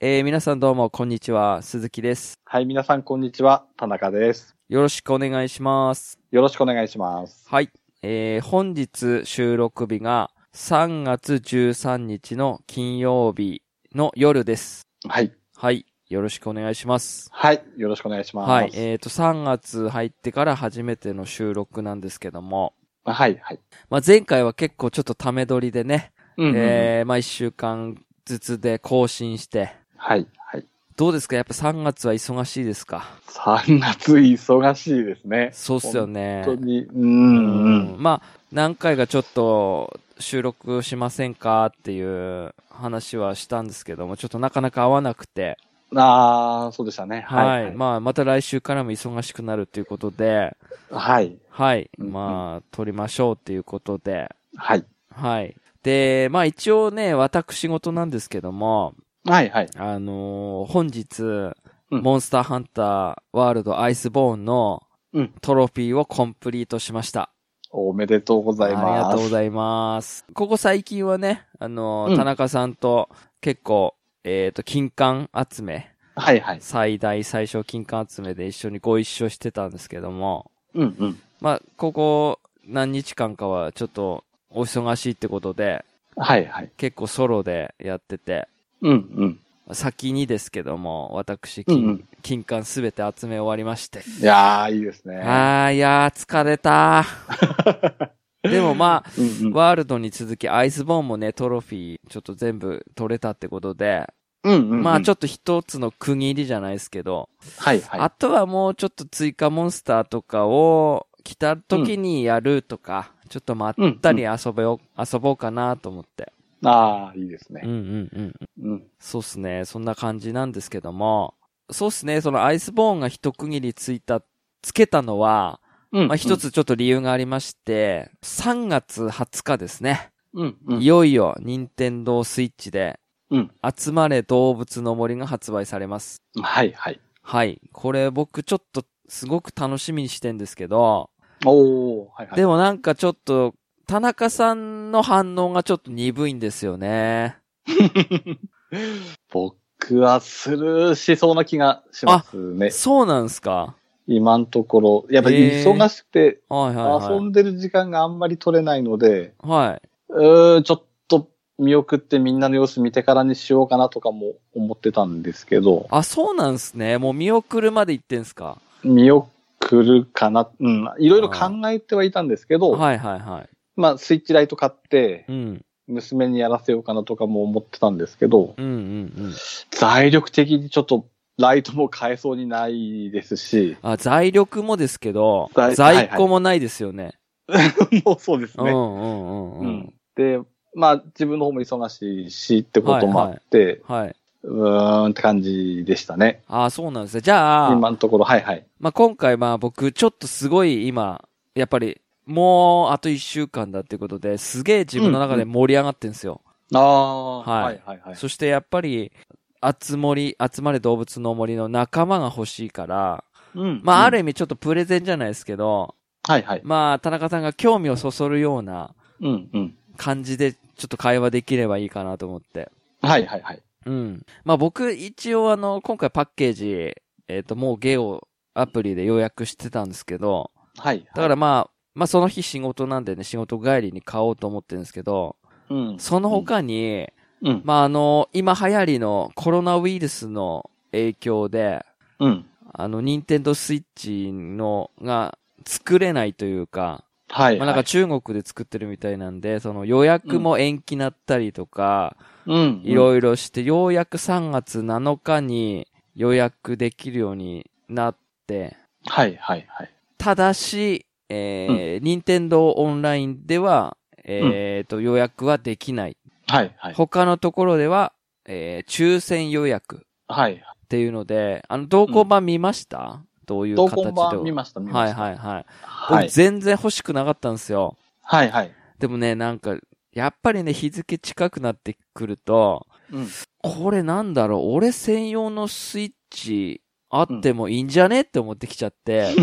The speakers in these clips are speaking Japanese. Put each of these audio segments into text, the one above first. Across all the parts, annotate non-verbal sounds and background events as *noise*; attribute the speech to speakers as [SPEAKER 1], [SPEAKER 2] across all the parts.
[SPEAKER 1] えー皆さんどうも、こんにちは。鈴木です。
[SPEAKER 2] はい、皆さんこんにちは。田中です。
[SPEAKER 1] よろしくお願いします。
[SPEAKER 2] よろしくお願いします。
[SPEAKER 1] はい。えー本日収録日が3月13日の金曜日の夜です。
[SPEAKER 2] はい。
[SPEAKER 1] はい。よろしくお願いします。
[SPEAKER 2] はい、よろしくお願いします。
[SPEAKER 1] はい。えっ、と、3月入ってから初めての収録なんですけども、
[SPEAKER 2] はい、はい。
[SPEAKER 1] まあ、前回は結構ちょっとため撮りでね、
[SPEAKER 2] うんうんうん
[SPEAKER 1] えーまあ、1週間ずつで更新して、
[SPEAKER 2] はい、はい。
[SPEAKER 1] どうですかやっぱ3月は忙しいですか
[SPEAKER 2] 3月忙しいですね。
[SPEAKER 1] そうっすよね。
[SPEAKER 2] 本当に。うん、うん。
[SPEAKER 1] まあ、何回かちょっと収録しませんかっていう話はしたんですけども、ちょっとなかなか合わなくて、
[SPEAKER 2] あー、そうでしたね。
[SPEAKER 1] は。
[SPEAKER 2] はいい。
[SPEAKER 1] まあ、また来週からも忙しくなるということで、
[SPEAKER 2] はい。
[SPEAKER 1] はい。
[SPEAKER 2] うんうん
[SPEAKER 1] まあ、撮りましょうっていうことで、
[SPEAKER 2] はい。
[SPEAKER 1] はい。で、まあ一応ね、私事なんですけども、
[SPEAKER 2] はい、はい。
[SPEAKER 1] あのー本日、
[SPEAKER 2] うん
[SPEAKER 1] モンスターハンターワールドアイスボーンの
[SPEAKER 2] うん
[SPEAKER 1] トロフィーをコンプリートしました。
[SPEAKER 2] おめでとうございます。
[SPEAKER 1] ありがとうございます。ここ最近はね、あの、
[SPEAKER 2] うん
[SPEAKER 1] 田中さんと結構、えっ、と、金管集め、
[SPEAKER 2] はい、はい。
[SPEAKER 1] 最大最小金管集めで一緒にご一緒してたんですけども、
[SPEAKER 2] うん、うん。
[SPEAKER 1] まあ、ここ何日間かはちょっとお忙しいってことで、
[SPEAKER 2] はい、はい。
[SPEAKER 1] 結構ソロでやってて、
[SPEAKER 2] うん、うん。
[SPEAKER 1] 先にですけども、私、
[SPEAKER 2] うん
[SPEAKER 1] 金、
[SPEAKER 2] うん
[SPEAKER 1] 金管すべて集め終わりまして。
[SPEAKER 2] いやー、いいですね。
[SPEAKER 1] あー、いやー、疲れた
[SPEAKER 2] *laughs*
[SPEAKER 1] ー。でもまあ、
[SPEAKER 2] うん、うん。
[SPEAKER 1] ワールドに続き、アイスボーンもね、トロフィー、ちょっと全部取れたってことで、
[SPEAKER 2] うん、うん。
[SPEAKER 1] まあちょ
[SPEAKER 2] っ
[SPEAKER 1] っと一つの区切りじゃないですけど、
[SPEAKER 2] と。はい、はい。
[SPEAKER 1] あとはもうちょっと追加モンスターとかを来た時にやるとか、ちょっとまったり遊べよ、遊ぼうかなと思って。
[SPEAKER 2] あー、いいです
[SPEAKER 1] うん
[SPEAKER 2] ね。
[SPEAKER 1] うんうん。
[SPEAKER 2] うん。
[SPEAKER 1] そうっすね。そんな感じなんですけども、そうっすね。そのアイスボーンが一区切りついた、つけたのは、
[SPEAKER 2] うん。
[SPEAKER 1] まあ一。つちょっと理由がありまして、3月20日ですね。
[SPEAKER 2] うん、う
[SPEAKER 1] い
[SPEAKER 2] ん。
[SPEAKER 1] よいよ、任天堂スイッチで、
[SPEAKER 2] うん。
[SPEAKER 1] 集まれ動物の森が発売されます。
[SPEAKER 2] はい、はい。
[SPEAKER 1] はい。これ僕ちょっとすごく楽しみにしてんですけど、
[SPEAKER 2] おー、はい、はい。
[SPEAKER 1] でもなんかちょっと、田中さんの反応がちょっと鈍いんですよね。
[SPEAKER 2] 僕はスルーしそうな気がしますね。
[SPEAKER 1] そうなんすか
[SPEAKER 2] 今のところ。やっぱり
[SPEAKER 1] へー
[SPEAKER 2] 忙しくて、
[SPEAKER 1] はいはい
[SPEAKER 2] 遊
[SPEAKER 1] は
[SPEAKER 2] んでる時間があんまり取れないので、
[SPEAKER 1] い。は
[SPEAKER 2] うーちょっと見送ってみんなの様子見てからにしようかなとかも思ってたんですけど、
[SPEAKER 1] あ、そうなんすね。もう見送るまで行ってんすか
[SPEAKER 2] 見送るかな、うん、いろいろ考えてはいたんですけど、
[SPEAKER 1] はいはいはい。
[SPEAKER 2] まあ、スイッチライト買って
[SPEAKER 1] う、ん。
[SPEAKER 2] 娘にやらせようかなとかも思ってたんですけど、
[SPEAKER 1] うんうんうん。、
[SPEAKER 2] 財力的にちょっとライトも買えそうにないですし
[SPEAKER 1] *laughs* あ、財力もですけど、
[SPEAKER 2] 在
[SPEAKER 1] 在庫もないですよね。
[SPEAKER 2] もうそうです
[SPEAKER 1] うん
[SPEAKER 2] ね。
[SPEAKER 1] うんうんう
[SPEAKER 2] うんん。で、まあ自分の方も忙しいしってこともあって、
[SPEAKER 1] はい。
[SPEAKER 2] うーんって感じでしたね。
[SPEAKER 1] あ、そうなんですね。じゃあ、
[SPEAKER 2] 今のところ、はいはい。
[SPEAKER 1] まあ、今回まあ僕ちょっとすごい今、やっぱりもうあと一週間だっていうことで、すげえ自分の中で盛り上がってんですよ。
[SPEAKER 2] ああ、
[SPEAKER 1] は
[SPEAKER 2] はいいはいはい。
[SPEAKER 1] そしてやっぱり、集まり、集まれ動物の森の仲間が欲しいから、
[SPEAKER 2] うん
[SPEAKER 1] まあある
[SPEAKER 2] う
[SPEAKER 1] 意
[SPEAKER 2] ん
[SPEAKER 1] 味ちょっとプレゼンじゃないですけど、
[SPEAKER 2] はいはい。
[SPEAKER 1] まあ田中さんが興味をそそるような
[SPEAKER 2] うんうん。
[SPEAKER 1] 感じでちょっと会話できればいいかなと思って。
[SPEAKER 2] はいはいはい。
[SPEAKER 1] うん。まあ僕一応あの、今回パッケージ、えっ、ともうゲオアプリで予約してたんですけど、
[SPEAKER 2] はい。
[SPEAKER 1] だからまあ、まあその日仕事なんでね、仕事帰りに買おうと思ってるんですけど、
[SPEAKER 2] うん。
[SPEAKER 1] その他に、
[SPEAKER 2] うん。
[SPEAKER 1] まああの、今流行りのコロナウイルスの影響で、
[SPEAKER 2] うん。
[SPEAKER 1] あの、ニンテンドスイッチのが作れないというか、
[SPEAKER 2] はい。
[SPEAKER 1] まあなんか
[SPEAKER 2] はい、
[SPEAKER 1] 中国で作ってるみたいなんで、その予約も延期なったりとか、
[SPEAKER 2] うん。
[SPEAKER 1] い
[SPEAKER 2] い
[SPEAKER 1] ろいろして、ようやく3月7日に予約できるようになって、
[SPEAKER 2] ろ。はいはいはい。
[SPEAKER 1] ただし、えー、任天堂オンラインでは、えーと、予約はできない。
[SPEAKER 2] はいはい。
[SPEAKER 1] 他のところでは、えー、抽選予約
[SPEAKER 2] はい。
[SPEAKER 1] っていうので、あの、同梱版見ました、どういう
[SPEAKER 2] 同
[SPEAKER 1] 形で。
[SPEAKER 2] 梱版見ました、見ま
[SPEAKER 1] はい
[SPEAKER 2] した。
[SPEAKER 1] はいはい。
[SPEAKER 2] は
[SPEAKER 1] 僕
[SPEAKER 2] い。
[SPEAKER 1] 全然欲しくなかったんですよ。
[SPEAKER 2] はいはい。
[SPEAKER 1] でもね、なんか、やっぱりね、日付近くなってくると、
[SPEAKER 2] うん。
[SPEAKER 1] これなんだろう、俺専用のスイッチあってもいいんじゃねって思ってきちゃって、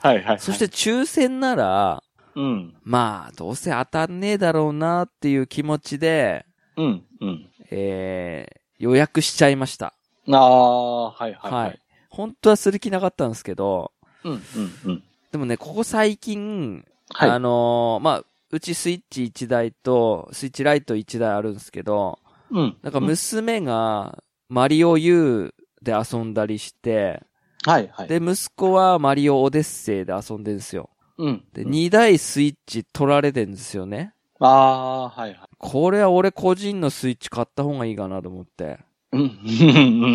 [SPEAKER 2] はいはい。
[SPEAKER 1] そして、抽選なら、
[SPEAKER 2] うん。
[SPEAKER 1] まあ、どうせ当たんねえだろうなっていう気持ちで、
[SPEAKER 2] うん。うん。
[SPEAKER 1] え予約しちゃいました。
[SPEAKER 2] ああ、はいはいは
[SPEAKER 1] はいい。。本当はする気なかったんですけど、
[SPEAKER 2] うん、うん、うん。
[SPEAKER 1] でもね、ここ最近、
[SPEAKER 2] はい。
[SPEAKER 1] あのーまあ、うちスイッチ1台と、スイッチライト1台あるんですけど、
[SPEAKER 2] うん。
[SPEAKER 1] なんか娘が、マリオ U で遊んだりして、
[SPEAKER 2] はいはい。
[SPEAKER 1] で、息子はマリオオデッセイで遊んでんですよ。
[SPEAKER 2] うん。
[SPEAKER 1] で、2台スイッチ取られてんですよね。
[SPEAKER 2] ああ、はいはい。
[SPEAKER 1] これは俺個人のスイッチ買った方がいいかなと思って。
[SPEAKER 2] うん、うん、うん、う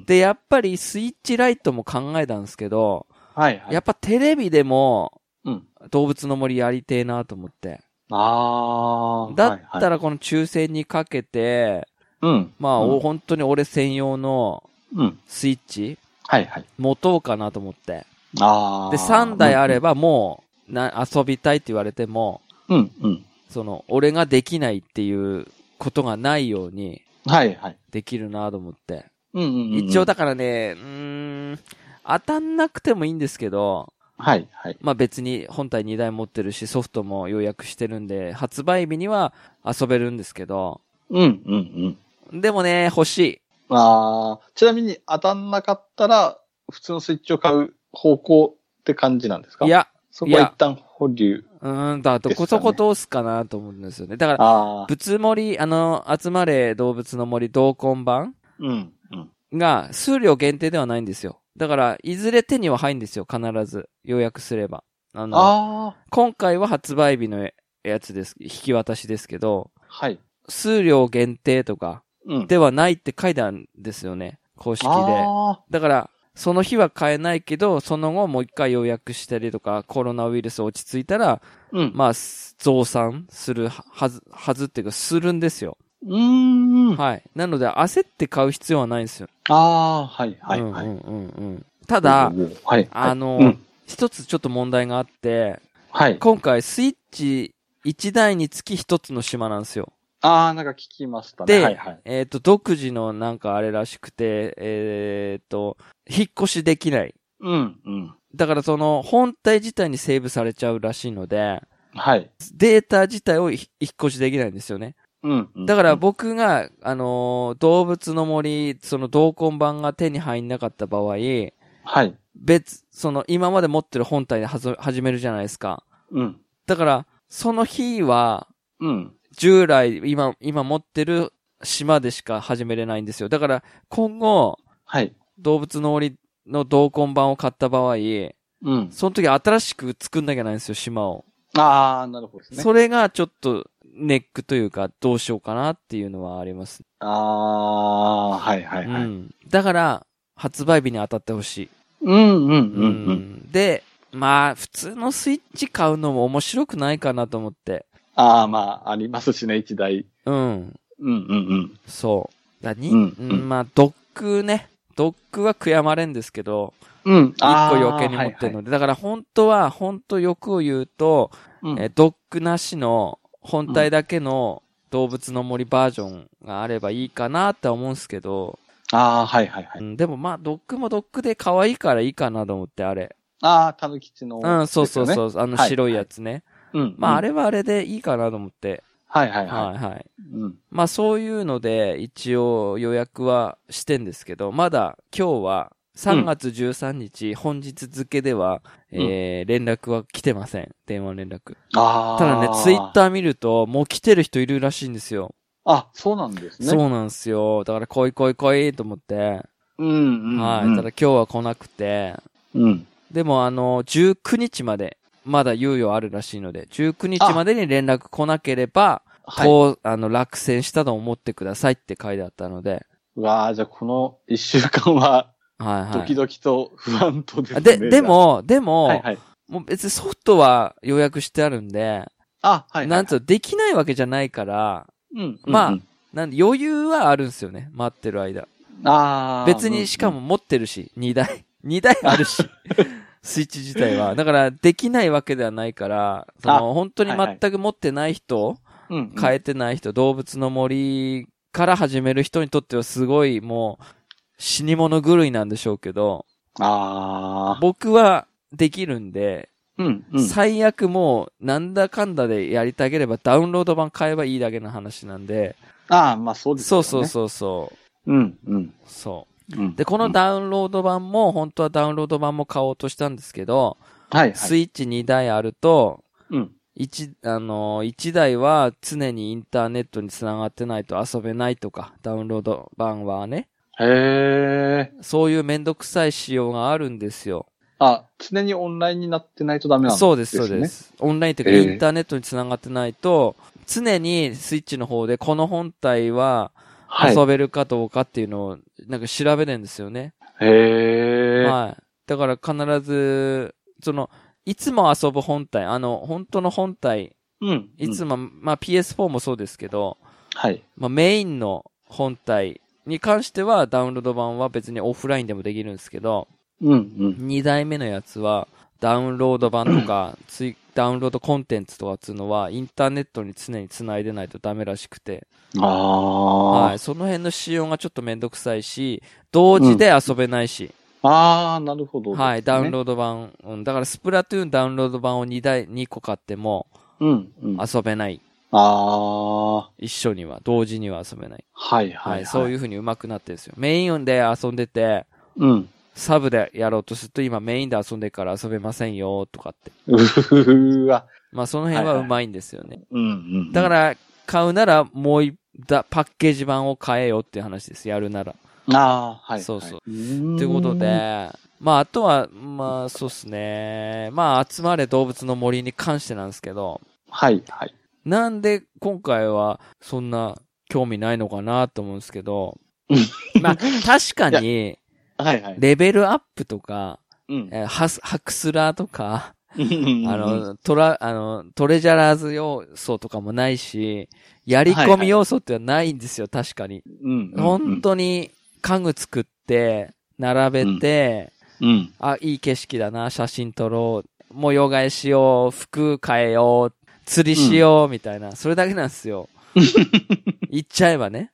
[SPEAKER 2] ん。
[SPEAKER 1] で、やっぱりスイッチライトも考えたんですけど、
[SPEAKER 2] はいはい。
[SPEAKER 1] やっぱテレビでも
[SPEAKER 2] うん。
[SPEAKER 1] 動物の森やりてえなと思って。
[SPEAKER 2] ああ。
[SPEAKER 1] だっ
[SPEAKER 2] はい
[SPEAKER 1] た
[SPEAKER 2] はい
[SPEAKER 1] らこの抽選にかけて、
[SPEAKER 2] うん。
[SPEAKER 1] まあ、
[SPEAKER 2] うん
[SPEAKER 1] お本当に俺専用の
[SPEAKER 2] うん。
[SPEAKER 1] スイッチ
[SPEAKER 2] はいはい。
[SPEAKER 1] 持とうかなと思って。
[SPEAKER 2] ああ。
[SPEAKER 1] で、3台あれ
[SPEAKER 2] ば。
[SPEAKER 1] ばもう、な、遊びたいって言われても、
[SPEAKER 2] うん、うん。
[SPEAKER 1] その、俺ができないっていうことがないように
[SPEAKER 2] はいはい。
[SPEAKER 1] できるなと思って。
[SPEAKER 2] うん、うんうん。
[SPEAKER 1] 一応だからね、うーん、当たんなくてもいいんですけど、
[SPEAKER 2] はいはい。
[SPEAKER 1] まあ別に本体2台持ってるし、ソフトも予約してるんで、発売日には遊べるんですけど、
[SPEAKER 2] うん、うん、うん。
[SPEAKER 1] でもね、欲しい。
[SPEAKER 2] ああ。ちなみに当たんなかったら、普通のスイッチを買う方向って感じなんですか
[SPEAKER 1] い、や、
[SPEAKER 2] そこは一旦保留。
[SPEAKER 1] うーん、だからどこそこ通すかなと思うんですよね。だから、
[SPEAKER 2] ああ。
[SPEAKER 1] 物盛り、あの、集まれ動物の森同梱版
[SPEAKER 2] うん、うん。
[SPEAKER 1] が数量限定ではないんですよ。だから、いずれ手には入るんですよ、必ず。予約すれば。あの、
[SPEAKER 2] あ
[SPEAKER 1] 今回は発売日のやつです。引き渡しですけど、
[SPEAKER 2] あ。はい。
[SPEAKER 1] 数量限定とか
[SPEAKER 2] うん。
[SPEAKER 1] ではないって書いてあるんですよね、公式で。
[SPEAKER 2] あ
[SPEAKER 1] だから、その日は買えないけど、その後もう一回予約したりとか、コロナウイルス落ち着いたら、
[SPEAKER 2] ーうん。
[SPEAKER 1] まあ、増産するはず、はずっていうか、するんですよ。
[SPEAKER 2] うーん。
[SPEAKER 1] はい。なので、焦って買う必要はないんですよ。
[SPEAKER 2] ああ、はい、はい、
[SPEAKER 1] うんう
[SPEAKER 2] はい。
[SPEAKER 1] んうんうん。ただ
[SPEAKER 2] お、ー、はい。
[SPEAKER 1] あの
[SPEAKER 2] うん
[SPEAKER 1] 一つちょっと問題があって、
[SPEAKER 2] はい。
[SPEAKER 1] 今回スイッチ1台につき一つの島なんですよ。
[SPEAKER 2] ああ、なんか聞きましたね。
[SPEAKER 1] で、
[SPEAKER 2] はい、はい。
[SPEAKER 1] えっ、と、独自のなんかあれらしくて、えっ、と、引っ越しできない。
[SPEAKER 2] うん、うん。
[SPEAKER 1] だからその本体自体にセーブされちゃうらしいので、
[SPEAKER 2] はい。
[SPEAKER 1] データ自体をひ引っ越しできないんですよね。
[SPEAKER 2] うん、うん
[SPEAKER 1] だから、僕が、あのー動物の森、その同梱版が手に入んなかった場合、
[SPEAKER 2] はい。
[SPEAKER 1] 別、その今まで持ってる本体ではぞ始めるじゃないですか。
[SPEAKER 2] うん、
[SPEAKER 1] だから、その日は、
[SPEAKER 2] うん。
[SPEAKER 1] 従来、今、今持ってる島でしか始めれないんですよ。だから、今後、
[SPEAKER 2] はい。
[SPEAKER 1] 動物の森の同梱版を買った場合、
[SPEAKER 2] うん。
[SPEAKER 1] その時新しく作んなきゃないんですよ、島を。
[SPEAKER 2] ああ、なるほどですね。
[SPEAKER 1] それがちょっとネックというか、どうしようかなっていうのはあります。
[SPEAKER 2] ああー、はい、はい、は
[SPEAKER 1] う
[SPEAKER 2] い。
[SPEAKER 1] ん。だから、発売日に当たってほしい。
[SPEAKER 2] うん、うん、う、
[SPEAKER 1] うんん。で、まあ、普通のスイッチ買うのも面白くないかなと思って。
[SPEAKER 2] ああ、まあ、ありますしね、一台。
[SPEAKER 1] うん。
[SPEAKER 2] うん、うん、うん。
[SPEAKER 1] そう。だに、
[SPEAKER 2] うん
[SPEAKER 1] うんまあ、ドックね。ドックは悔やまれんですけど、
[SPEAKER 2] うん、
[SPEAKER 1] 一個余計に持ってるの
[SPEAKER 2] で。
[SPEAKER 1] で、だから本当は、本当欲を言うと、
[SPEAKER 2] はいはい
[SPEAKER 1] えードックなしの本体だけの動物の森バージョンがあればいいかなって思うんですけど、
[SPEAKER 2] ああ、はい、はい、は
[SPEAKER 1] う
[SPEAKER 2] い。
[SPEAKER 1] んでもまあ、ドックもドックで可愛いからいいかなと思って、あれ。
[SPEAKER 2] ああ、たぬきちの。
[SPEAKER 1] うん、そうそう
[SPEAKER 2] ですよね。
[SPEAKER 1] そう、あの
[SPEAKER 2] はい
[SPEAKER 1] 白いやつね。
[SPEAKER 2] うん。
[SPEAKER 1] まあ、あれはあれでいいかなと思って。
[SPEAKER 2] はい、はい、は
[SPEAKER 1] はいはい。
[SPEAKER 2] い。うん。
[SPEAKER 1] まあそういうので一応予約はしてんですけど、まだ今日は3月13日、本日付では、
[SPEAKER 2] うん
[SPEAKER 1] えー、連絡は来てません。電話連絡。
[SPEAKER 2] ああ。
[SPEAKER 1] ただね、ツイッター見ると、もう来てる人いるらしいんですよ。
[SPEAKER 2] あ、そうなんですね。
[SPEAKER 1] そうなんですよ。だから来い来い来いと思って、
[SPEAKER 2] うん。うん、うん。
[SPEAKER 1] はい。ただ今日は来なくて、
[SPEAKER 2] うん。
[SPEAKER 1] でもあの、19日まで、まだ猶予あるらしいので、19日までに連絡来なければ、
[SPEAKER 2] はい。
[SPEAKER 1] こう、あの、落選したと思ってくださいって書いてあったので、
[SPEAKER 2] うわあ、じゃあこの一週間は、
[SPEAKER 1] はいはい。
[SPEAKER 2] ドキドキと不安とですね。
[SPEAKER 1] で、で、も、でも、
[SPEAKER 2] はいはい。
[SPEAKER 1] もう別にソフトは予約してあるんで、
[SPEAKER 2] あ、はいはい。
[SPEAKER 1] なんつうの、できないわけじゃないから、
[SPEAKER 2] うん、うん。
[SPEAKER 1] まあなんで余裕はあるんですよね、待ってる間。
[SPEAKER 2] ああ。
[SPEAKER 1] 別にしかも持ってるし、2台。2台ある
[SPEAKER 2] *laughs*
[SPEAKER 1] し、スイッチ自体は。だから、できないわけではないから、その、本当に
[SPEAKER 2] はいはい
[SPEAKER 1] 全く持ってない人、
[SPEAKER 2] うん、うん。
[SPEAKER 1] 変えてない人、動物の森から始める人にとってはすごいもう、死に物狂いなんでしょうけど、
[SPEAKER 2] ああ。
[SPEAKER 1] 僕はできるんで、
[SPEAKER 2] うん、うん。
[SPEAKER 1] 最悪もう、なんだかんだでやりたければダウンロード版買えばいいだけの話なんで、
[SPEAKER 2] ああ、まあそうですよ
[SPEAKER 1] そ
[SPEAKER 2] ね。
[SPEAKER 1] うそうそうそう。
[SPEAKER 2] うん、うん。
[SPEAKER 1] そうう。
[SPEAKER 2] ん
[SPEAKER 1] で、この、ダウンロード版も、本当はダウンロード版も買おうとしたんですけど、
[SPEAKER 2] はい、は
[SPEAKER 1] ス
[SPEAKER 2] い。
[SPEAKER 1] イッチ2台あると、
[SPEAKER 2] うん。
[SPEAKER 1] 一、あの、一台は常にインターネットに繋がってないと遊べないとか、ダウンロード版はね、
[SPEAKER 2] へえ。
[SPEAKER 1] そういうめんどくさい仕様があるんですよ。
[SPEAKER 2] あ、常にオンラインになってないとダメなんですね。
[SPEAKER 1] そうです、そうです。オンラインという
[SPEAKER 2] え
[SPEAKER 1] か、
[SPEAKER 2] え
[SPEAKER 1] インターネットに繋がってないと、常にスイッチの方で、この本体は
[SPEAKER 2] はい。
[SPEAKER 1] 遊べるかどうかっていうのを、なんか調べるんですよね。
[SPEAKER 2] へえ。
[SPEAKER 1] はい。だから必ず、その、いつも遊ぶ本体、あの、本当の本体、
[SPEAKER 2] うん。
[SPEAKER 1] いつ
[SPEAKER 2] も。
[SPEAKER 1] も、まあ PS4 もそうですけど、
[SPEAKER 2] はい。
[SPEAKER 1] まあメインの本体に関してはダウンロード版は別にオフラインでもできるんですけど、
[SPEAKER 2] うん、うん。
[SPEAKER 1] 2代目のやつは、ダウンロード版と *coughs* か、ついダウンロードコンテンツとかっつうのは、インターネットに常に繋いでないとダメらしくて、
[SPEAKER 2] あ
[SPEAKER 1] はい、その辺の仕様がちょっとめんどくさいし、同時で遊べないし、
[SPEAKER 2] あ。ああ、なるほど。
[SPEAKER 1] はい、ダウン
[SPEAKER 2] ー
[SPEAKER 1] ロード版、うん、だからスプラトゥーンダウンロード版を2台、2個買っても
[SPEAKER 2] ド。うん、うん。あ
[SPEAKER 1] 遊べない。
[SPEAKER 2] あ
[SPEAKER 1] 一緒には、同時には遊べない。
[SPEAKER 2] ー。はい、
[SPEAKER 1] はい、
[SPEAKER 2] はい。。
[SPEAKER 1] そういうう風に上手くなってるんですよ。メインで遊んでて、
[SPEAKER 2] うん。
[SPEAKER 1] サブでやろうとすると今メインで遊んでるから遊べませんよ、とかって。
[SPEAKER 2] うーわ。
[SPEAKER 1] まあその辺は上手いんですよね。
[SPEAKER 2] うん、うん。
[SPEAKER 1] だから、買うなら、もう一だ、パッケージ版を買えよっていう話です。やるなら。
[SPEAKER 2] ら、ああ、はい。。
[SPEAKER 1] そうそう
[SPEAKER 2] と
[SPEAKER 1] と
[SPEAKER 2] い
[SPEAKER 1] いうこと。で、まあ、あとは、まあ、そうですね。まあ、集まれ動物の森に関してなんですけど、
[SPEAKER 2] はい、はい。
[SPEAKER 1] なんで今回はそんな興味ないのかなと思うんですけ *laughs* ど、まあ、確かに、
[SPEAKER 2] はい、はい。
[SPEAKER 1] レベルアップとか、
[SPEAKER 2] うん。
[SPEAKER 1] えーハス、ハクスラーとか、あ
[SPEAKER 2] あ、
[SPEAKER 1] の、トラ、あの、トレジャラーズ要素とかもないし、やり込み要素ってのはないんですよ、確かに。
[SPEAKER 2] うん。
[SPEAKER 1] 本当に家具作って、並べて、
[SPEAKER 2] うん。
[SPEAKER 1] あ、いい景色だな、写真撮ろう、模様替えしよう、服変えよう、釣りしよう、みたいな、それだけなんですよ。
[SPEAKER 2] *laughs*
[SPEAKER 1] 言っちゃえばね。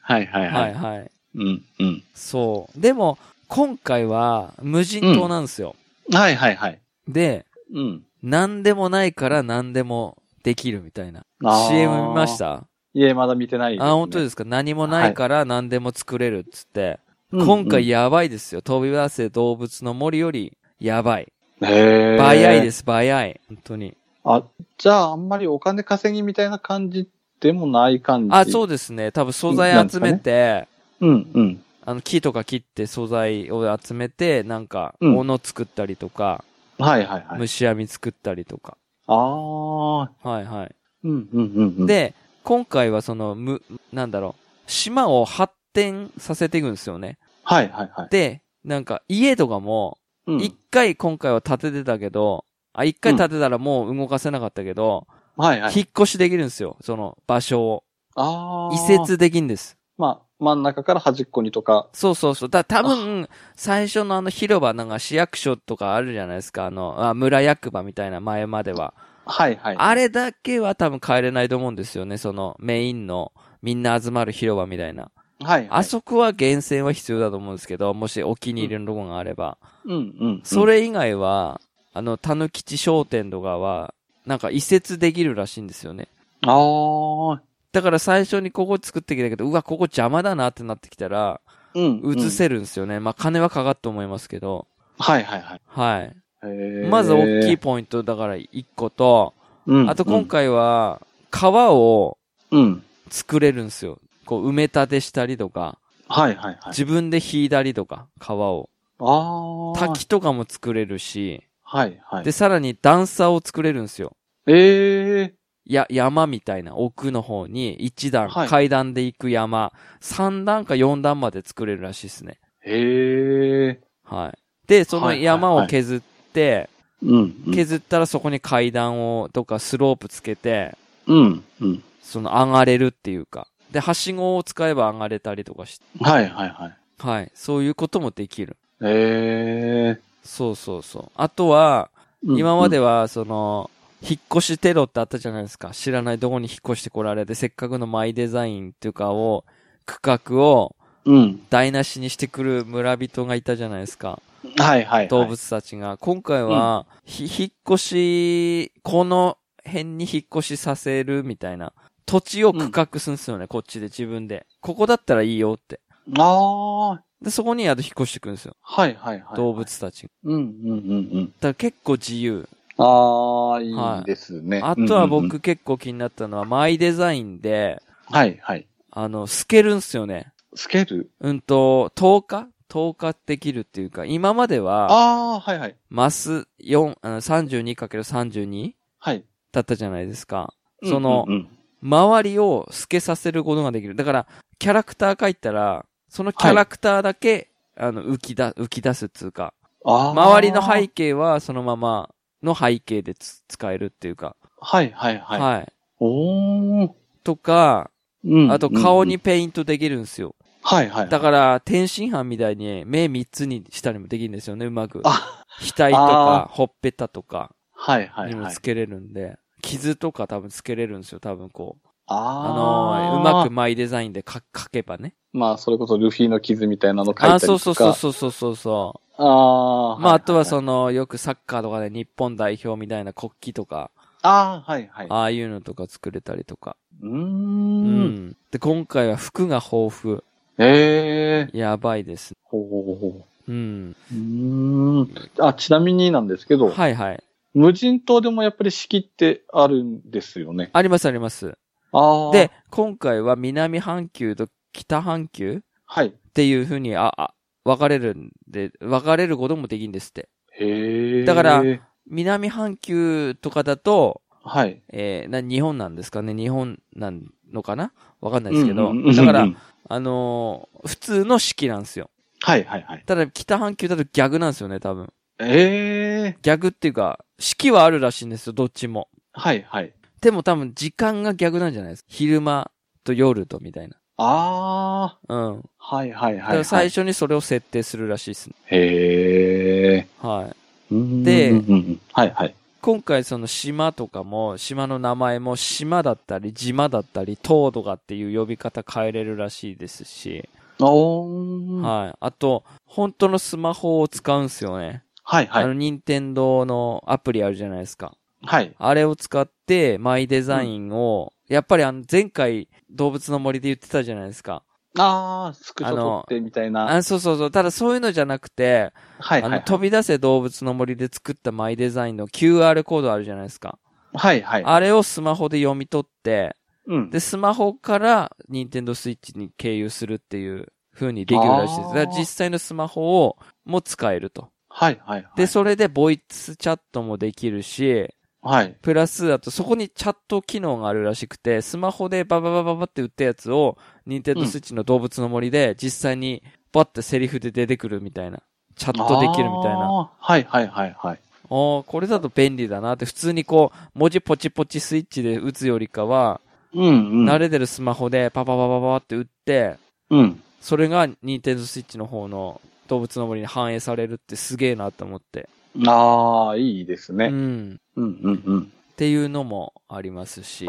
[SPEAKER 2] はい、はい、は。
[SPEAKER 1] はいいはい。
[SPEAKER 2] うん、うん。
[SPEAKER 1] そう。でも、今回は無人島なんですよ。
[SPEAKER 2] はい、はい、はい。
[SPEAKER 1] で、
[SPEAKER 2] うん。
[SPEAKER 1] 何でもないから何でもできるみたいな。
[SPEAKER 2] あー
[SPEAKER 1] CM 見ました
[SPEAKER 2] いえ、まだ見てない、
[SPEAKER 1] あ、本当ですすか何もないから何でも作れるっつって。
[SPEAKER 2] ね。
[SPEAKER 1] 今回
[SPEAKER 2] へ
[SPEAKER 1] やばいですよ。飛び出せ動物の森よりやばい。
[SPEAKER 2] え。。
[SPEAKER 1] 倍愛ですす、倍愛。本当に。
[SPEAKER 2] あ、じゃあ、あんまりお金稼ぎみたいな感じでもない感じ。
[SPEAKER 1] あ、そうですね。多分素材集めて、
[SPEAKER 2] う。うん、うん。
[SPEAKER 1] あの木とか切って素材を集めて、なんか、
[SPEAKER 2] うん
[SPEAKER 1] 物作ったりとか、
[SPEAKER 2] はい、はい、はい。
[SPEAKER 1] 虫網作ったりとか。
[SPEAKER 2] ああ。
[SPEAKER 1] はいはい。
[SPEAKER 2] うん、うん、うん。うん、
[SPEAKER 1] で、今回はその、む、なんだろう、島を発展させていくんですよね。
[SPEAKER 2] はい、はい、はい。
[SPEAKER 1] で、なんか家とかも、
[SPEAKER 2] うん
[SPEAKER 1] 一回今回は建ててたけど、あ、一回建てたらもう動かせなかったけど、
[SPEAKER 2] はい、はい。
[SPEAKER 1] 引っ越しできるんですよ、その場所を。
[SPEAKER 2] ああ。
[SPEAKER 1] 移。設できるんです。
[SPEAKER 2] まあ、真ん中から端っこにとか。
[SPEAKER 1] そうそうそう。だ、多分、最初のあの広場なんか市役所とかあるじゃないですか、あの、あ村役場みたいな前までは。
[SPEAKER 2] はい、はい。
[SPEAKER 1] あれだけは多分帰れないと思うんですよね、そのメインのみんな集まる広場みたいな。
[SPEAKER 2] はい、はい。
[SPEAKER 1] あそこは厳選は必要だと思うんですけど、もしお気に入りのとこがあれば。
[SPEAKER 2] うん、うん。
[SPEAKER 1] そ。れ以外は、あの、たぬきち商店とかは、なんか移設できるらしいんですよね。
[SPEAKER 2] ああ。
[SPEAKER 1] だから最初にここ作ってきたけど、うわ、ここ邪魔だなってなってきたら、
[SPEAKER 2] うん。うん
[SPEAKER 1] 移。せるんですよね。まあ、金はかかると思いますけど、
[SPEAKER 2] はい、はい、はい。
[SPEAKER 1] はい。
[SPEAKER 2] へー
[SPEAKER 1] まず大きい、ポイント、だから1個と、
[SPEAKER 2] うん
[SPEAKER 1] あと今、回は、川を
[SPEAKER 2] うん。
[SPEAKER 1] 作れるんですよ。こう、埋め立てしたりとか、
[SPEAKER 2] はいはいはい。
[SPEAKER 1] 自分で引いたりとか、川を。
[SPEAKER 2] ああ。
[SPEAKER 1] 滝とかも作れるし、
[SPEAKER 2] はいはい。
[SPEAKER 1] で、さらに段差を作れるんですよ。
[SPEAKER 2] ええ
[SPEAKER 1] や、山みたいな、奥の方に、一段、
[SPEAKER 2] はい
[SPEAKER 1] 階段で行く山、三段か四段まで作れるらしいですね。
[SPEAKER 2] ー。ええ
[SPEAKER 1] はい。で、その
[SPEAKER 2] はいはいはい
[SPEAKER 1] 山を削って、
[SPEAKER 2] ー。うん。うん
[SPEAKER 1] 削ったらそこに階段を、とかスロープつけて、
[SPEAKER 2] うん。うん。
[SPEAKER 1] その上がれるっていうか。で、はしごを使えば上がれたりとかして、
[SPEAKER 2] はいはいはい。
[SPEAKER 1] はい。そういうこともできる。
[SPEAKER 2] ええ
[SPEAKER 1] そうそうそう。あとは、
[SPEAKER 2] ー。
[SPEAKER 1] 今までは、その、引っ越しテロってあったじゃないですか。知らないとこに引っ越してこられて、せっかくのマイデザインっていうかを、区画を
[SPEAKER 2] うん。
[SPEAKER 1] 台無しにしてくる村人がいたじゃないですか。
[SPEAKER 2] うん。はいはいはい。
[SPEAKER 1] 動。物たちが。今回は、ひ引っ越し、この辺に引っ越しさせるみたいな。土地を区画すんすよね、こっちで自分で。ここだったらいいよって。
[SPEAKER 2] ああ、
[SPEAKER 1] で、そこにあと引っ越してくんですよ。
[SPEAKER 2] はいはいはい。
[SPEAKER 1] 動。物たち。だ
[SPEAKER 2] うんうんうんうん。
[SPEAKER 1] から結構自由。
[SPEAKER 2] ああ、い
[SPEAKER 1] はい
[SPEAKER 2] いですね。
[SPEAKER 1] あとは
[SPEAKER 2] うんうんうん。
[SPEAKER 1] 僕結構気になったのは、マイデザインで、
[SPEAKER 2] はいはい。
[SPEAKER 1] あの、透けるんすよね。
[SPEAKER 2] スケール
[SPEAKER 1] うんと、10日 ?10 日できるっていうか、今までは、
[SPEAKER 2] ああ、はいはい。
[SPEAKER 1] マス4、あの 32×32?
[SPEAKER 2] はい。
[SPEAKER 1] だったじゃないですか。その
[SPEAKER 2] うんうんうん
[SPEAKER 1] 周りを透けさせることができる。だから、キャラクター描いたら、そのキャラクターだけ、あの、浮きだ、浮き出すっていうか、
[SPEAKER 2] あー
[SPEAKER 1] 周りの背景はそのままの背景でつ使えるっていうか、
[SPEAKER 2] はいはい
[SPEAKER 1] は。
[SPEAKER 2] はいい。おー。
[SPEAKER 1] とか、
[SPEAKER 2] うん
[SPEAKER 1] あと顔に。ペイントできるんですよ。
[SPEAKER 2] はいはい。
[SPEAKER 1] だから、天津飯みたいに目3つにしたりもできるんですよね、うまく。
[SPEAKER 2] あ、
[SPEAKER 1] 額とか、ほっぺたとか
[SPEAKER 2] はいはい
[SPEAKER 1] にも
[SPEAKER 2] はい
[SPEAKER 1] つ。けれるんで、傷とか多分つけれるんですよ、多分こう。あの
[SPEAKER 2] あ
[SPEAKER 1] ーう
[SPEAKER 2] ー
[SPEAKER 1] まく。マイデザインでか書けばね。
[SPEAKER 2] まあ、それこそルフィの傷みたいなの書いたりとか。
[SPEAKER 1] あ、そうそうそうそうそうそうそ
[SPEAKER 2] あ
[SPEAKER 1] う。
[SPEAKER 2] あ。
[SPEAKER 1] まあ、あとはそ
[SPEAKER 2] の。
[SPEAKER 1] の、よくサッカーとかで日本代表みたいな国旗とか、
[SPEAKER 2] ああ、はいはい。
[SPEAKER 1] ああいうのとか作れたりとか。
[SPEAKER 2] うー。
[SPEAKER 1] うんん。で、今回は服が豊富。
[SPEAKER 2] ええ。
[SPEAKER 1] やばいです。
[SPEAKER 2] ほうほうほ
[SPEAKER 1] うん。
[SPEAKER 2] う。うーん。あ、ちなみになんですけど、
[SPEAKER 1] はいはい。
[SPEAKER 2] 無人島でもやっぱり式ってあるんですよね。
[SPEAKER 1] ありますあります。
[SPEAKER 2] ああ。
[SPEAKER 1] で、、今回は南半球と北半球
[SPEAKER 2] はい。
[SPEAKER 1] っていう風に、あ、あ、分かれるんで、分かれることもできるんですって。
[SPEAKER 2] へえ。
[SPEAKER 1] だから、南半球とかだと、
[SPEAKER 2] はい。
[SPEAKER 1] えーな、日本なんですかね日本なんのかなわかんないですけど。
[SPEAKER 2] うんうんうん
[SPEAKER 1] だか
[SPEAKER 2] う
[SPEAKER 1] ら
[SPEAKER 2] ん、
[SPEAKER 1] あのー普通の式なんですよ。
[SPEAKER 2] はいはいはい。
[SPEAKER 1] ただ、北半球だと逆なんですよね、多分。
[SPEAKER 2] ええ。
[SPEAKER 1] 逆っていうか、式はあるらしいんですよ、どっちも。
[SPEAKER 2] はいはい。
[SPEAKER 1] でも多分、時間が逆なんじゃないですか。昼間と夜とみたいな。
[SPEAKER 2] あ
[SPEAKER 1] うん。
[SPEAKER 2] あ。はいはい
[SPEAKER 1] だ
[SPEAKER 2] は
[SPEAKER 1] か
[SPEAKER 2] い、
[SPEAKER 1] ら最。初にそれを設定するらしいですね。
[SPEAKER 2] へえ。
[SPEAKER 1] はい。で
[SPEAKER 2] ではいはい。
[SPEAKER 1] 今回その島とかも、島の名前も島だったり、島だったり、島とかっていう呼び方変えれるらしいですし。
[SPEAKER 2] おー。は
[SPEAKER 1] はい。あと、本当のスマホを使うんすよね。
[SPEAKER 2] い
[SPEAKER 1] あ
[SPEAKER 2] は
[SPEAKER 1] の、
[SPEAKER 2] い。
[SPEAKER 1] 任天堂のアプリあるじゃないですか。
[SPEAKER 2] はい。
[SPEAKER 1] あれを使って、マイデザインを、やっぱりあの、前回、動物の森で言ってたじゃないですか。
[SPEAKER 2] ああ、スクショ撮ってみたいな。
[SPEAKER 1] あ、そうそうそう。ただそういうのじゃなくて、
[SPEAKER 2] はい
[SPEAKER 1] あ
[SPEAKER 2] は
[SPEAKER 1] の、
[SPEAKER 2] い。
[SPEAKER 1] 飛び出せ動物の森で作ったマイデザインの QR コードあるじゃないですか。
[SPEAKER 2] はいはい。
[SPEAKER 1] あれをスマホで読み取って、
[SPEAKER 2] うん。
[SPEAKER 1] で、スマホから、任天堂スイッチに経由するっていう風にできるらしいです。だから
[SPEAKER 2] あー
[SPEAKER 1] 実際のスマホを、も使えると。
[SPEAKER 2] はいはいはい。
[SPEAKER 1] で、それでボイスチャットもできるし、
[SPEAKER 2] はい。
[SPEAKER 1] プラス、あとそこにチャット機能があるらしくて、スマホでバババババって打ったやつを、ニンテンドースイッチの動物の森で実際にバッてセリフで出てくるみたいな。チャットできるみたいな。あ
[SPEAKER 2] あー。はいはいはいはい。
[SPEAKER 1] ーこれだと便利だなって、普通にこう、文字ポチポチスイッチで打つよりかは、
[SPEAKER 2] うんうん。
[SPEAKER 1] 慣れてるスマホでパパパパパって打って、
[SPEAKER 2] うん。
[SPEAKER 1] それがニンテンドースイッチの方の動物の森に反映されるってすげえなと思って。
[SPEAKER 2] ああ、いいです
[SPEAKER 1] う
[SPEAKER 2] ね。
[SPEAKER 1] ん。
[SPEAKER 2] うんうん
[SPEAKER 1] っていうのもありますし、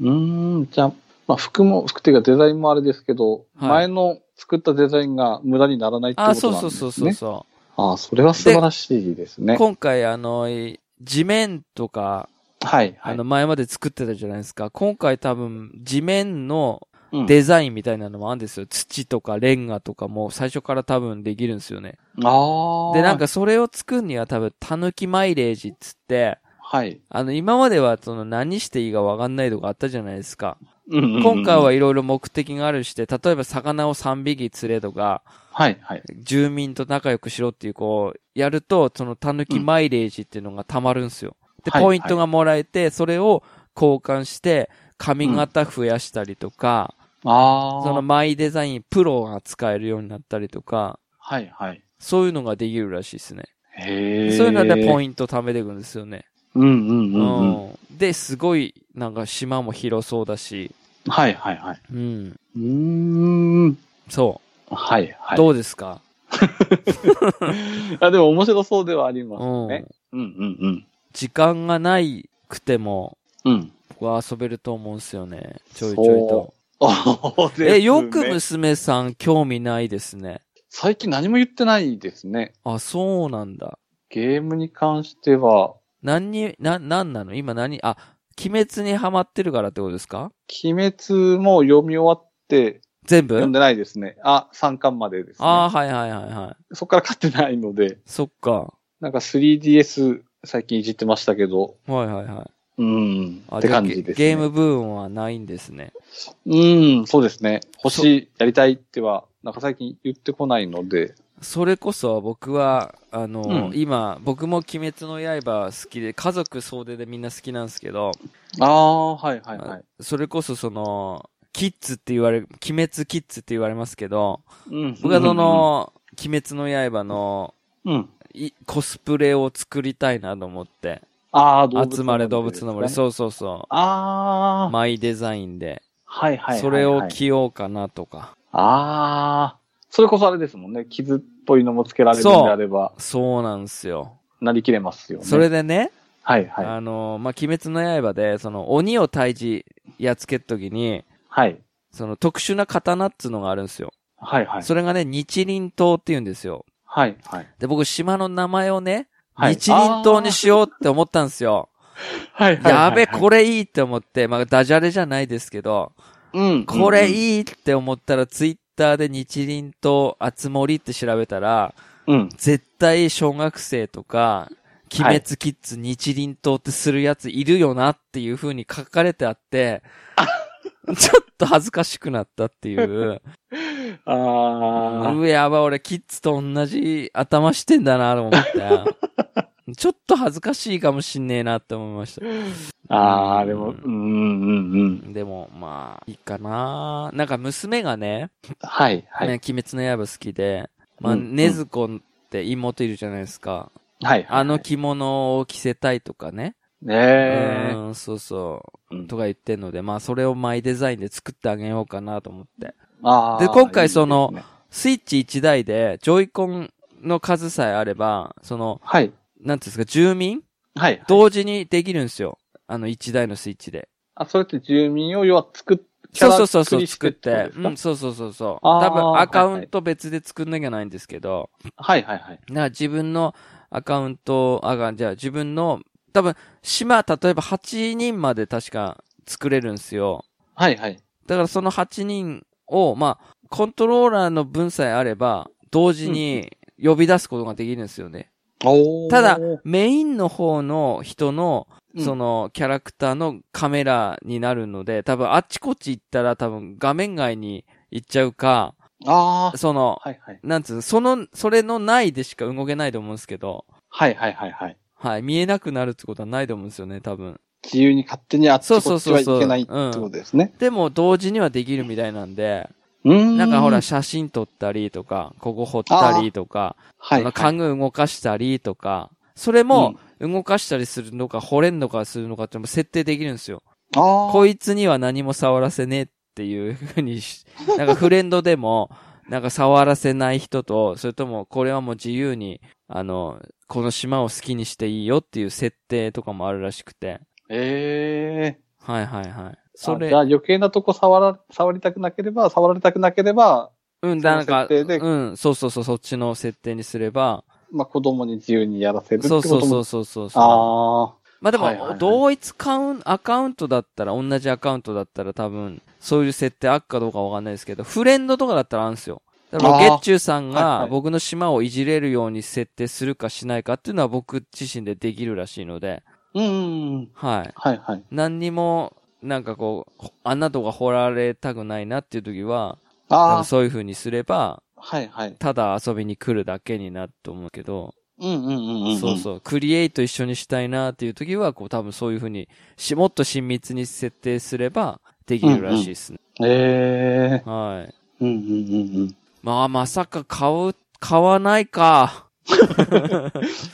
[SPEAKER 2] うん。うーん、じゃあ、まあ服も、服っていうかデザインもあれですけど、
[SPEAKER 1] はい
[SPEAKER 2] 前の作ったデザインが無駄にならないってこと
[SPEAKER 1] あ、
[SPEAKER 2] なんです
[SPEAKER 1] そ
[SPEAKER 2] ね。
[SPEAKER 1] うそうそうそうそ
[SPEAKER 2] ああ、それは素晴らしいです
[SPEAKER 1] う、
[SPEAKER 2] ね。
[SPEAKER 1] 今回あの、い地面とか、
[SPEAKER 2] はいは
[SPEAKER 1] あ
[SPEAKER 2] い
[SPEAKER 1] の。前まで作ってたじゃないですか。今回多分地面の
[SPEAKER 2] うん
[SPEAKER 1] デザインみたいなのもあるんですよ。土とかレンガとかも最初から多分できるんですよね。
[SPEAKER 2] ああ。
[SPEAKER 1] で、なんか、それを作るには多分たぬきマイレージっつって、
[SPEAKER 2] はい。
[SPEAKER 1] あの今まではその何していいかわかんないとかあったじゃないですか。
[SPEAKER 2] 今
[SPEAKER 1] 今回は、いろいろ目的があるして、例えば魚を3匹釣れとか、
[SPEAKER 2] はい、はい。
[SPEAKER 1] 住民と仲良くしろっていう、こう、やると、その狸マイレージっていうのが溜まるんすよ。で、
[SPEAKER 2] はい
[SPEAKER 1] ポイントがもらえて、それを交換して、髪型増やしたりとか、
[SPEAKER 2] ああ。
[SPEAKER 1] その、マイデザインプロが使えるようになったりとか、
[SPEAKER 2] はい、はい。
[SPEAKER 1] そういうのができるらしいですね。
[SPEAKER 2] へえ。
[SPEAKER 1] そういうのでポ
[SPEAKER 2] イン
[SPEAKER 1] イント貯めていくんですよね。
[SPEAKER 2] ト。うん、うん、うん。うん
[SPEAKER 1] うんで、すごい、なんか島も広そうだし、
[SPEAKER 2] はい、はい、はい。
[SPEAKER 1] うん。
[SPEAKER 2] うーん。
[SPEAKER 1] そ
[SPEAKER 2] はい、
[SPEAKER 1] う。
[SPEAKER 2] はい。
[SPEAKER 1] どうですか、
[SPEAKER 2] あ、でも面白そうではあります
[SPEAKER 1] うん
[SPEAKER 2] ね。うん、うん、
[SPEAKER 1] 時間がないくても、
[SPEAKER 2] うん。うん。 *laughs*
[SPEAKER 1] 僕は遊べると思うんすよね。ちょいちょいと。
[SPEAKER 2] ああ、
[SPEAKER 1] え、よく
[SPEAKER 2] む
[SPEAKER 1] 娘さん興味ないですね。
[SPEAKER 2] 最近何も言ってないですね。
[SPEAKER 1] あ、そうなんだ。
[SPEAKER 2] ゲームに関しては、
[SPEAKER 1] 何に、な、なんなの今何、あ、鬼滅にハマってるからってことですか
[SPEAKER 2] 鬼滅も読み終わって、
[SPEAKER 1] 全部
[SPEAKER 2] 読んでないですね。あ、3巻までです
[SPEAKER 1] ああ、
[SPEAKER 2] ね。
[SPEAKER 1] はいはいはいはい。
[SPEAKER 2] そっから買ってないので、
[SPEAKER 1] そっか。
[SPEAKER 2] なんか 3DS 最近いじってましたけど、
[SPEAKER 1] はいはいはい。
[SPEAKER 2] うん、
[SPEAKER 1] あ
[SPEAKER 2] って感じ
[SPEAKER 1] ゲ
[SPEAKER 2] です、ね。
[SPEAKER 1] ゲームブームはないんですね。
[SPEAKER 2] うん、そうですね。欲しい、やりたいっては、なんか最近言ってこないので。
[SPEAKER 1] それこそ僕は、あの、
[SPEAKER 2] うん
[SPEAKER 1] 今、僕も鬼滅の刃好きで、家族総出でみんな好きなんですけど、
[SPEAKER 2] ああ、はいはいはい。
[SPEAKER 1] それこそその、キッズって言われ、鬼滅キッズって言われますけど、
[SPEAKER 2] うん
[SPEAKER 1] 僕はそ、の、鬼滅の刃の
[SPEAKER 2] うん。
[SPEAKER 1] いコスプレを作りたいなと思って、
[SPEAKER 2] ああ、動物
[SPEAKER 1] 集
[SPEAKER 2] の森ですね
[SPEAKER 1] まれ動物の森、そうそうそ
[SPEAKER 2] あ
[SPEAKER 1] う、
[SPEAKER 2] あ、
[SPEAKER 1] マイデザインで、
[SPEAKER 2] はいはいはいはい。
[SPEAKER 1] それを着ようかなとか、
[SPEAKER 2] ああ、それこそあれですもんね。傷っぽいのもつけられるんであれば、
[SPEAKER 1] そうなんですよ。
[SPEAKER 2] なりきれますよね。
[SPEAKER 1] それでね、
[SPEAKER 2] はいはい。
[SPEAKER 1] あの、まあ、鬼滅の刃で、その、鬼を退治やっつけるときに、
[SPEAKER 2] はい。
[SPEAKER 1] その特殊な刀っつうのがあるんですよ。
[SPEAKER 2] はいはい。
[SPEAKER 1] それがね、日輪刀って言うんですよ。
[SPEAKER 2] はいはい。
[SPEAKER 1] で、僕、島の名前をね、
[SPEAKER 2] はい
[SPEAKER 1] 日輪刀にしようって思ったんですよ。
[SPEAKER 2] はいはい。
[SPEAKER 1] やべ、こ
[SPEAKER 2] れ。
[SPEAKER 1] れいいって思って、まあ、ダジャレじゃないですけど、
[SPEAKER 2] うん。
[SPEAKER 1] これ
[SPEAKER 2] い。
[SPEAKER 1] いいって思ったら、ツイッターで日輪刀、あつ森って調べたら、
[SPEAKER 2] うん。
[SPEAKER 1] 絶対小学生とか、鬼
[SPEAKER 2] はい
[SPEAKER 1] 滅キッズ日輪刀ってするやついるよなっていう風に書かれてあ
[SPEAKER 2] *laughs*
[SPEAKER 1] って、ちょっと恥ずかしくなったっていう。
[SPEAKER 2] ああ、
[SPEAKER 1] うえ、やばい、俺キッズと同じ頭してんだなと思って。ちょっと恥ずかしいかもしんねえなって思いました。
[SPEAKER 2] ああ、でも、うんうんうん。
[SPEAKER 1] でも、まあ、いいかななんか娘がね、
[SPEAKER 2] はいは
[SPEAKER 1] ね
[SPEAKER 2] い。
[SPEAKER 1] 鬼滅の刃好きで、まあ、
[SPEAKER 2] うんうん
[SPEAKER 1] ねずこって妹いるじゃないですか。
[SPEAKER 2] はい。
[SPEAKER 1] あの着物を着せたいとかね。
[SPEAKER 2] ねえ。
[SPEAKER 1] うん、そうそうう。
[SPEAKER 2] ん
[SPEAKER 1] とか言ってんので、まあそれをマイデザインで作ってあげようかなと思って。
[SPEAKER 2] ああ。
[SPEAKER 1] で今回その
[SPEAKER 2] いいですね
[SPEAKER 1] スイッチ1台で、ジョイコンの数さえあれば、その、
[SPEAKER 2] はい。
[SPEAKER 1] なんていうんですか、住民
[SPEAKER 2] はい。
[SPEAKER 1] 同時にできるんですよ。あの1台のスイッチで。
[SPEAKER 2] あ、それって住民を要は作っ、キャ
[SPEAKER 1] そう
[SPEAKER 2] ラ
[SPEAKER 1] そうそうそ
[SPEAKER 2] 作
[SPEAKER 1] う、
[SPEAKER 2] りして
[SPEAKER 1] 作って
[SPEAKER 2] こ。と
[SPEAKER 1] う
[SPEAKER 2] で
[SPEAKER 1] ん、
[SPEAKER 2] す
[SPEAKER 1] そうそうそうそう。
[SPEAKER 2] あー
[SPEAKER 1] 多分アカウント別で作んなきゃないんですけど、
[SPEAKER 2] かはいはいはい。
[SPEAKER 1] だから自分のアカウント、あが、じゃあ自分の、多分、島、例えば8人まで確か作れるんですよ。
[SPEAKER 2] はいはい。
[SPEAKER 1] だからその8人を、まあ、コントローラーの分さえあれば、同時に呼び出すことができるんですよね。
[SPEAKER 2] おー
[SPEAKER 1] ただ、メインの方の人の、
[SPEAKER 2] うん
[SPEAKER 1] その、キャラクターのカメラになるので、多分あっちこっち行ったら多分画面外に行っちゃうか、
[SPEAKER 2] ああ、
[SPEAKER 1] その、
[SPEAKER 2] はいはい。
[SPEAKER 1] なんつうの、その、それのないでしか動けないと思うんですけど、
[SPEAKER 2] はいはいはいはい。
[SPEAKER 1] はい、見えなくなるってことはないと思うんですよね、多分。
[SPEAKER 2] 自由に勝手にあっちこ
[SPEAKER 1] そう
[SPEAKER 2] っち
[SPEAKER 1] そう
[SPEAKER 2] は
[SPEAKER 1] そうそ
[SPEAKER 2] い
[SPEAKER 1] う
[SPEAKER 2] けないってことですね。
[SPEAKER 1] でも、同時にはできるみたいなんで、
[SPEAKER 2] うーん。
[SPEAKER 1] なんかほら、、写真撮ったりとか、ここ掘ったりとか、
[SPEAKER 2] はい、
[SPEAKER 1] あ
[SPEAKER 2] は
[SPEAKER 1] の
[SPEAKER 2] い。
[SPEAKER 1] 家具動かしたりとか、それも動かしたりするのか、掘れんのかするのかっていうのも設定できるんですよ。
[SPEAKER 2] ああ。
[SPEAKER 1] こいつには何も触らせねえっていうふうにし、 *laughs* なんかフレンドでも、なんか触らせない人と、それともこれはもう自由に、あの、この島を好きにしていいよっていう設定とかもあるらしくて。
[SPEAKER 2] ええ
[SPEAKER 1] はいはいはい。そ
[SPEAKER 2] それ。
[SPEAKER 1] れ
[SPEAKER 2] じゃあ、余計なとこ触ら、触りたくなければ、触られたくなければ、
[SPEAKER 1] うん、なんか、
[SPEAKER 2] その設定で
[SPEAKER 1] うん、そうそうそう、そっちの設定にすれば、
[SPEAKER 2] まあ子供に自由にやらせるって
[SPEAKER 1] そ
[SPEAKER 2] こ
[SPEAKER 1] う
[SPEAKER 2] と
[SPEAKER 1] そ
[SPEAKER 2] も。
[SPEAKER 1] うそうそうそうそう。
[SPEAKER 2] ああ。
[SPEAKER 1] まあでも、
[SPEAKER 2] はいはいはい
[SPEAKER 1] 同一カウンアカウントだったら、同じアカウントだったら多分、そういう設定あっかどうかわかんないですけど、フレンドとかだったらあるんですよ。だから、
[SPEAKER 2] あー
[SPEAKER 1] ゲッチュさん
[SPEAKER 2] はい
[SPEAKER 1] が
[SPEAKER 2] はい
[SPEAKER 1] 僕の島をいじれるように設定するかしないかっていうのは僕自身でできるらしいので、
[SPEAKER 2] うーん。
[SPEAKER 1] はい。
[SPEAKER 2] はいはい。
[SPEAKER 1] 何にも、なんかこう、ほ穴とか掘られたくないなっていう時は、多
[SPEAKER 2] あ
[SPEAKER 1] 分
[SPEAKER 2] あ。
[SPEAKER 1] そういう風にすれば、
[SPEAKER 2] はいはい。
[SPEAKER 1] ただ遊びに来るだけになると思うけど、
[SPEAKER 2] うんうんうんうんうん。
[SPEAKER 1] そう
[SPEAKER 2] う。
[SPEAKER 1] そう。クリエイト一緒にしたいなっていう時は、こう多分そういう風にし、もっと親密に設定すればできるらしいですね。
[SPEAKER 2] ええ
[SPEAKER 1] はい。
[SPEAKER 2] うんうんうんうん。
[SPEAKER 1] まあ、まさか買う、買わないか。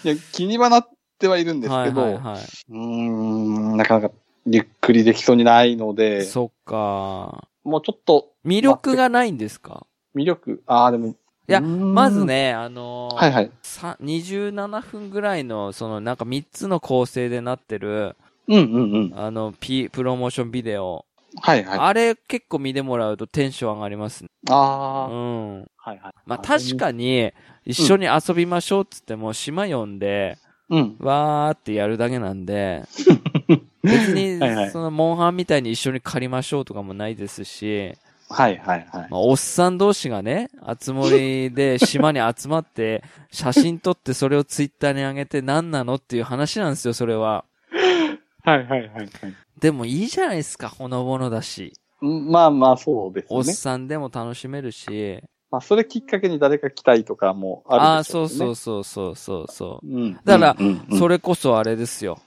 [SPEAKER 2] いや、気にはなってはいるんです
[SPEAKER 1] は
[SPEAKER 2] け
[SPEAKER 1] い
[SPEAKER 2] ど、
[SPEAKER 1] はいは
[SPEAKER 2] うーん、なかなかゆっくりできそうにないの
[SPEAKER 1] い。
[SPEAKER 2] で、
[SPEAKER 1] そっか。
[SPEAKER 2] もうちょっと
[SPEAKER 1] 魅力がないんですか
[SPEAKER 2] 魅力、ああ、でも、い
[SPEAKER 1] いやまず。ね、あのー
[SPEAKER 2] はいはい。
[SPEAKER 1] さ27分ぐらいの、そのなんか3つの構成でなってる、
[SPEAKER 2] うんうんうん。
[SPEAKER 1] あの、P、プロモーションビデオ。
[SPEAKER 2] はいはい。あ
[SPEAKER 1] あれ結構見てもらうとテンション上がりますね。う
[SPEAKER 2] あー、
[SPEAKER 1] ん。
[SPEAKER 2] はいはい。
[SPEAKER 1] まあ確かに、一緒に遊びましょうっつっても、島呼んで、
[SPEAKER 2] うん。
[SPEAKER 1] わーってやるだけなん
[SPEAKER 2] *laughs*
[SPEAKER 1] で、別に
[SPEAKER 2] はいは、い
[SPEAKER 1] その、モンハンみたいに一緒に借りましょうとかもないですし、
[SPEAKER 2] はいはいはい。
[SPEAKER 1] まあ、おっさん同士がね、集まりで島に集ま
[SPEAKER 2] *laughs*
[SPEAKER 1] って、写真撮ってそれをツイッターに上げて何なのっていう話なんですよ、それは。
[SPEAKER 2] はいはいはいはい。
[SPEAKER 1] でもいいじゃないですか、ほのぼのだし。
[SPEAKER 2] うんまあまあそうです
[SPEAKER 1] おっ
[SPEAKER 2] ね。
[SPEAKER 1] さんでも楽しめるし。
[SPEAKER 2] まあそれきっかけに誰か来たいとかもあるでしょう、ね。
[SPEAKER 1] ああ、そうそうそうそうそうそう。
[SPEAKER 2] うん。
[SPEAKER 1] だから
[SPEAKER 2] うんうんうん
[SPEAKER 1] それこそあれですよ。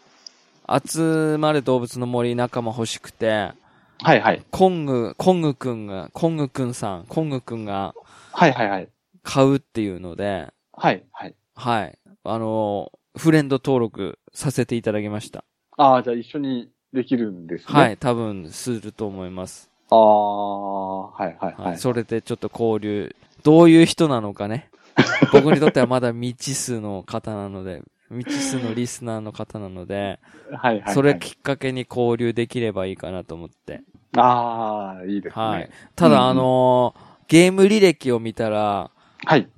[SPEAKER 1] 集まれ動物の森仲間欲しくて、
[SPEAKER 2] はいはい。
[SPEAKER 1] コング、コングくんが、コングくんさん、コングくんが
[SPEAKER 2] はいはいはい。
[SPEAKER 1] 買うっていうので、
[SPEAKER 2] はいはい。
[SPEAKER 1] はい。あの、フレンド登録させていただきました。
[SPEAKER 2] ああ、じゃあ一緒にできるんですね。
[SPEAKER 1] は。い、多分すると思います。
[SPEAKER 2] ああ、はいはい
[SPEAKER 1] は。
[SPEAKER 2] はいい。
[SPEAKER 1] それでちょっと交流、どういう人なのかね。 *laughs* 僕にとってはまだ未知数の方なので、未知数のリスナーの方なので、
[SPEAKER 2] はいはいはい。
[SPEAKER 1] それきっかけに交流できればいいかなと思って。
[SPEAKER 2] ああ、いいですね。
[SPEAKER 1] は
[SPEAKER 2] はいい。。
[SPEAKER 1] た
[SPEAKER 2] うん
[SPEAKER 1] だ、
[SPEAKER 2] うん
[SPEAKER 1] あのーゲーム履歴を見たら、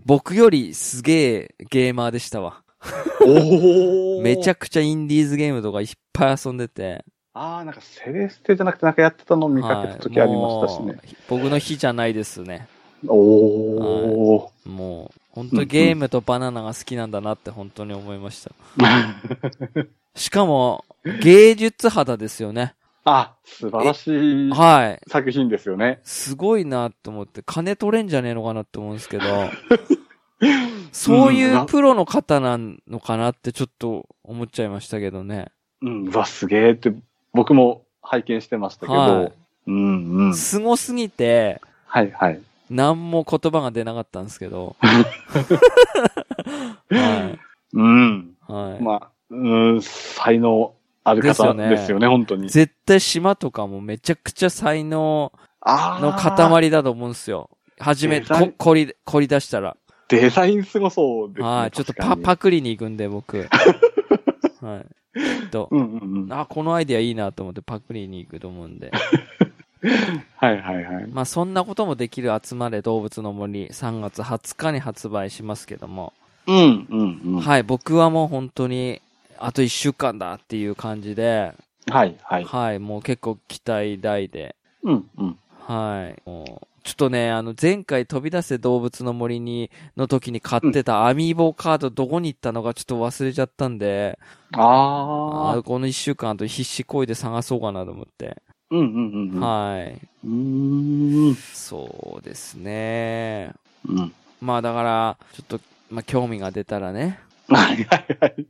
[SPEAKER 1] 僕よりすげえゲーマーでしたわ。
[SPEAKER 2] おお。
[SPEAKER 1] めちゃ
[SPEAKER 2] ゃ。
[SPEAKER 1] くちゃインディーズゲームとかいっぱい遊んでて。
[SPEAKER 2] ああ、なんかセレステじゃなくてなんかやってたのを見かけた時ありましたし
[SPEAKER 1] はい
[SPEAKER 2] ね
[SPEAKER 1] も。う僕の日じゃないですね。
[SPEAKER 2] おお。
[SPEAKER 1] もう、本当ゲームとバナナが好きなんだなって本当に思いました。しかも、芸術肌ですよね。
[SPEAKER 2] *laughs* あ、素晴らしい
[SPEAKER 1] はい。
[SPEAKER 2] 作品ですよね。
[SPEAKER 1] すごいなと思って、金取れんじゃねえのかなって思うんですけど、 *laughs* そういうプロの方なのかなってちょっと思っちゃいましたけどね。
[SPEAKER 2] うん、うわ、すげえって、僕も拝見してましたけど。
[SPEAKER 1] はい
[SPEAKER 2] うんうん。
[SPEAKER 1] すごすぎて、
[SPEAKER 2] はいはい。
[SPEAKER 1] 何も言葉が出なかったんですけ
[SPEAKER 2] *laughs*
[SPEAKER 1] ど。は
[SPEAKER 2] うん。
[SPEAKER 1] い。はい。
[SPEAKER 2] まあ、うん、才能ある
[SPEAKER 1] ですよ
[SPEAKER 2] 方
[SPEAKER 1] ね
[SPEAKER 2] ですよね、本当に。
[SPEAKER 1] 絶対島とかもめちゃくちゃ才能
[SPEAKER 2] あー
[SPEAKER 1] の。塊だと思うんですよ。はじめ、
[SPEAKER 2] デザイン
[SPEAKER 1] こ、こり、こり出したら。
[SPEAKER 2] デザインすごそうですね。
[SPEAKER 1] はい。ちょっと
[SPEAKER 2] 確
[SPEAKER 1] パ、
[SPEAKER 2] かに。
[SPEAKER 1] パクリに行くんで、
[SPEAKER 2] *laughs*
[SPEAKER 1] 僕。はい。きっと。
[SPEAKER 2] うんうんうん。は
[SPEAKER 1] あ、このアイディアいいなと思ってパクリに行くと思うんで。 *laughs*
[SPEAKER 2] いはいはい。
[SPEAKER 1] まあそんなこともできる集まれ動物の森3月20日に発売しますけども。
[SPEAKER 2] うんうんうん。
[SPEAKER 1] はい、僕はもう本当にあと1週間だっていう感じで、
[SPEAKER 2] はいはい。
[SPEAKER 1] はい、もう結構期待大で。
[SPEAKER 2] うんうん。
[SPEAKER 1] はい。もうちょっとね、あの、前回飛び出せ動物の森に、の時に買ってたアミーボカードどこに行ったのかちょっと忘れちゃったんで、
[SPEAKER 2] あ
[SPEAKER 1] あ
[SPEAKER 2] あ。
[SPEAKER 1] この1週間と必死こいで探そうかなと思って。
[SPEAKER 2] うんうんうんうん。
[SPEAKER 1] はい。
[SPEAKER 2] うーん。
[SPEAKER 1] そうですね。
[SPEAKER 2] うん。
[SPEAKER 1] まあだから、ちょっと、まあ興味が出たらね、
[SPEAKER 2] はいはいはい。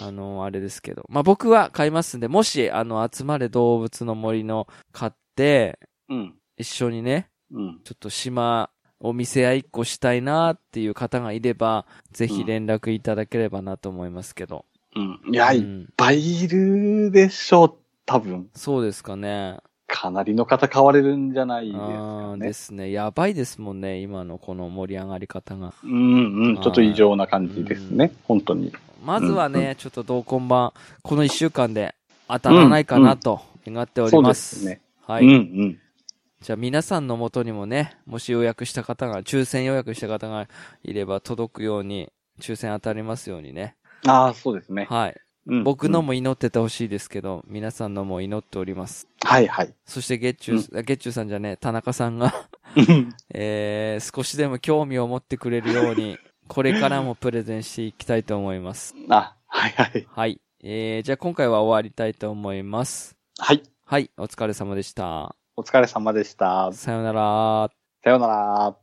[SPEAKER 1] あの、あれですけど。まあ僕は買いますんで、もし、あの、集まれ動物の森の買って、
[SPEAKER 2] うん。
[SPEAKER 1] 一緒にね、
[SPEAKER 2] うん。
[SPEAKER 1] ちょっと島を見せ合いっこしたいなっていう方がいれば、ぜひ連絡いただければなと思いますけど。
[SPEAKER 2] うん。いや、
[SPEAKER 1] う
[SPEAKER 2] いっ
[SPEAKER 1] ん
[SPEAKER 2] ぱいいるでしょう。多分、
[SPEAKER 1] そうですかね。
[SPEAKER 2] かなりの方買われるんじゃないです
[SPEAKER 1] あ
[SPEAKER 2] か
[SPEAKER 1] ー
[SPEAKER 2] ね
[SPEAKER 1] で。すね。やばいですもんね、今のこの盛り上がり方が。
[SPEAKER 2] うんうん。ちょっと異常な感じです
[SPEAKER 1] う
[SPEAKER 2] ね。本当に。
[SPEAKER 1] まずは
[SPEAKER 2] うん
[SPEAKER 1] ね、ちょっと同梱版、この一週間で当たらないかなと願っております。
[SPEAKER 2] そうですね
[SPEAKER 1] は
[SPEAKER 2] うん
[SPEAKER 1] い。
[SPEAKER 2] うん。
[SPEAKER 1] じゃあ皆さんの元にもね、もし予約した方が、抽選予約した方がいれば届くように、抽選当たりますようにね。
[SPEAKER 2] ああ、そうですね。
[SPEAKER 1] はい。
[SPEAKER 2] うん
[SPEAKER 1] 僕の
[SPEAKER 2] うん
[SPEAKER 1] も祈っててほしいですけど、皆さんのも祈っております。
[SPEAKER 2] はいはい。
[SPEAKER 1] そして月中、月中さんじゃねえ、田中さんが、 *laughs* えー、少しでも興味を持ってくれるよう
[SPEAKER 2] *laughs*
[SPEAKER 1] に、これからもプレゼンしていきたいと思います。
[SPEAKER 2] あ、はいはい。
[SPEAKER 1] はい。えー、じゃあ今回は終わりたいと思います。
[SPEAKER 2] はい。
[SPEAKER 1] はい、お疲れ様でした。
[SPEAKER 2] お疲れ様でした。
[SPEAKER 1] さようなら。
[SPEAKER 2] さようなら。